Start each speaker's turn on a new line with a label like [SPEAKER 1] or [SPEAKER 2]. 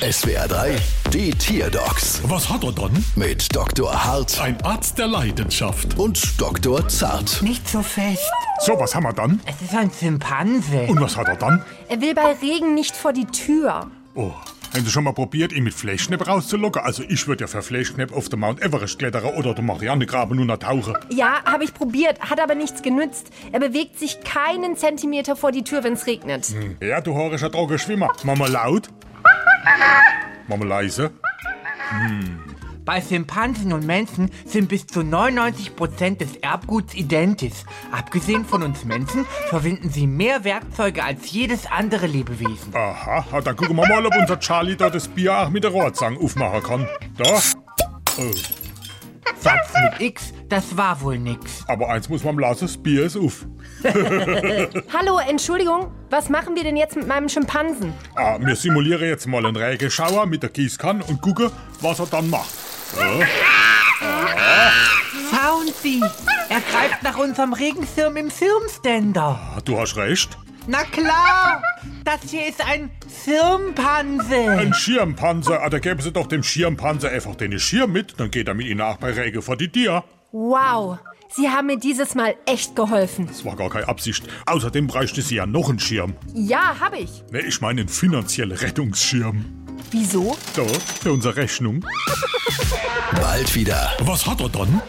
[SPEAKER 1] SWR 3, die Tierdocs
[SPEAKER 2] Was hat er dann?
[SPEAKER 1] mit Dr. Hart
[SPEAKER 2] Ein Arzt der Leidenschaft.
[SPEAKER 1] und Dr. Zart.
[SPEAKER 3] Nicht so fest.
[SPEAKER 2] So, was haben wir dann?
[SPEAKER 3] Es ist ein Schimpanse.
[SPEAKER 2] Und was hat er dann?
[SPEAKER 4] Er will bei Regen nicht vor die Tür.
[SPEAKER 2] Oh, haben Sie schon mal probiert, ihn mit Fleischknepp rauszulocken? Also ich würde ja für Fleischknepp auf den Mount Everest klettern oder den Mariannegraben nur noch tauchen.
[SPEAKER 4] Ja, habe ich probiert, hat aber nichts genützt. Er bewegt sich keinen Zentimeter vor die Tür, wenn es regnet.
[SPEAKER 2] Ja, du haarischer trockener Schwimmer. Mama laut. Mama leise.
[SPEAKER 3] Bei Schimpansen und Menschen sind bis zu 99% des Erbguts identisch. Abgesehen von uns Menschen verwenden sie mehr Werkzeuge als jedes andere Lebewesen.
[SPEAKER 2] Aha, ah, dann gucken wir mal, ob unser Charlie da das Bier auch mit der Rohrzange aufmachen kann. Da. Oh.
[SPEAKER 3] Satz mit X, das war wohl nix.
[SPEAKER 2] Aber eins muss man lassen, das Bier ist auf.
[SPEAKER 4] Hallo, Entschuldigung, was machen wir denn jetzt mit meinem Schimpansen?
[SPEAKER 2] Ah, wir simulieren jetzt mal einen regen Schauer mit der Gießkanne und gucken, was er dann macht.
[SPEAKER 3] Schauen Sie, er greift nach unserem Regenschirm im Schirmständer.
[SPEAKER 2] Ah, Du hast recht.
[SPEAKER 3] Na klar, das hier ist ein Schirmpanse.
[SPEAKER 2] Ein Schirmpanzer, ah, da geben Sie doch dem Schirmpanzer einfach den Schirm mit, dann geht er mit Ihnen auch bei Regen vor die Tür.
[SPEAKER 4] Wow, Sie haben mir dieses Mal echt geholfen.
[SPEAKER 2] Das war gar keine Absicht. Außerdem bräuchte Sie ja noch einen Schirm.
[SPEAKER 4] Ja, habe ich.
[SPEAKER 2] Ne, ich meine einen finanziellen Rettungsschirm.
[SPEAKER 4] Wieso?
[SPEAKER 2] Da, für unsere Rechnung.
[SPEAKER 1] Bald wieder.
[SPEAKER 2] Was hat er dann?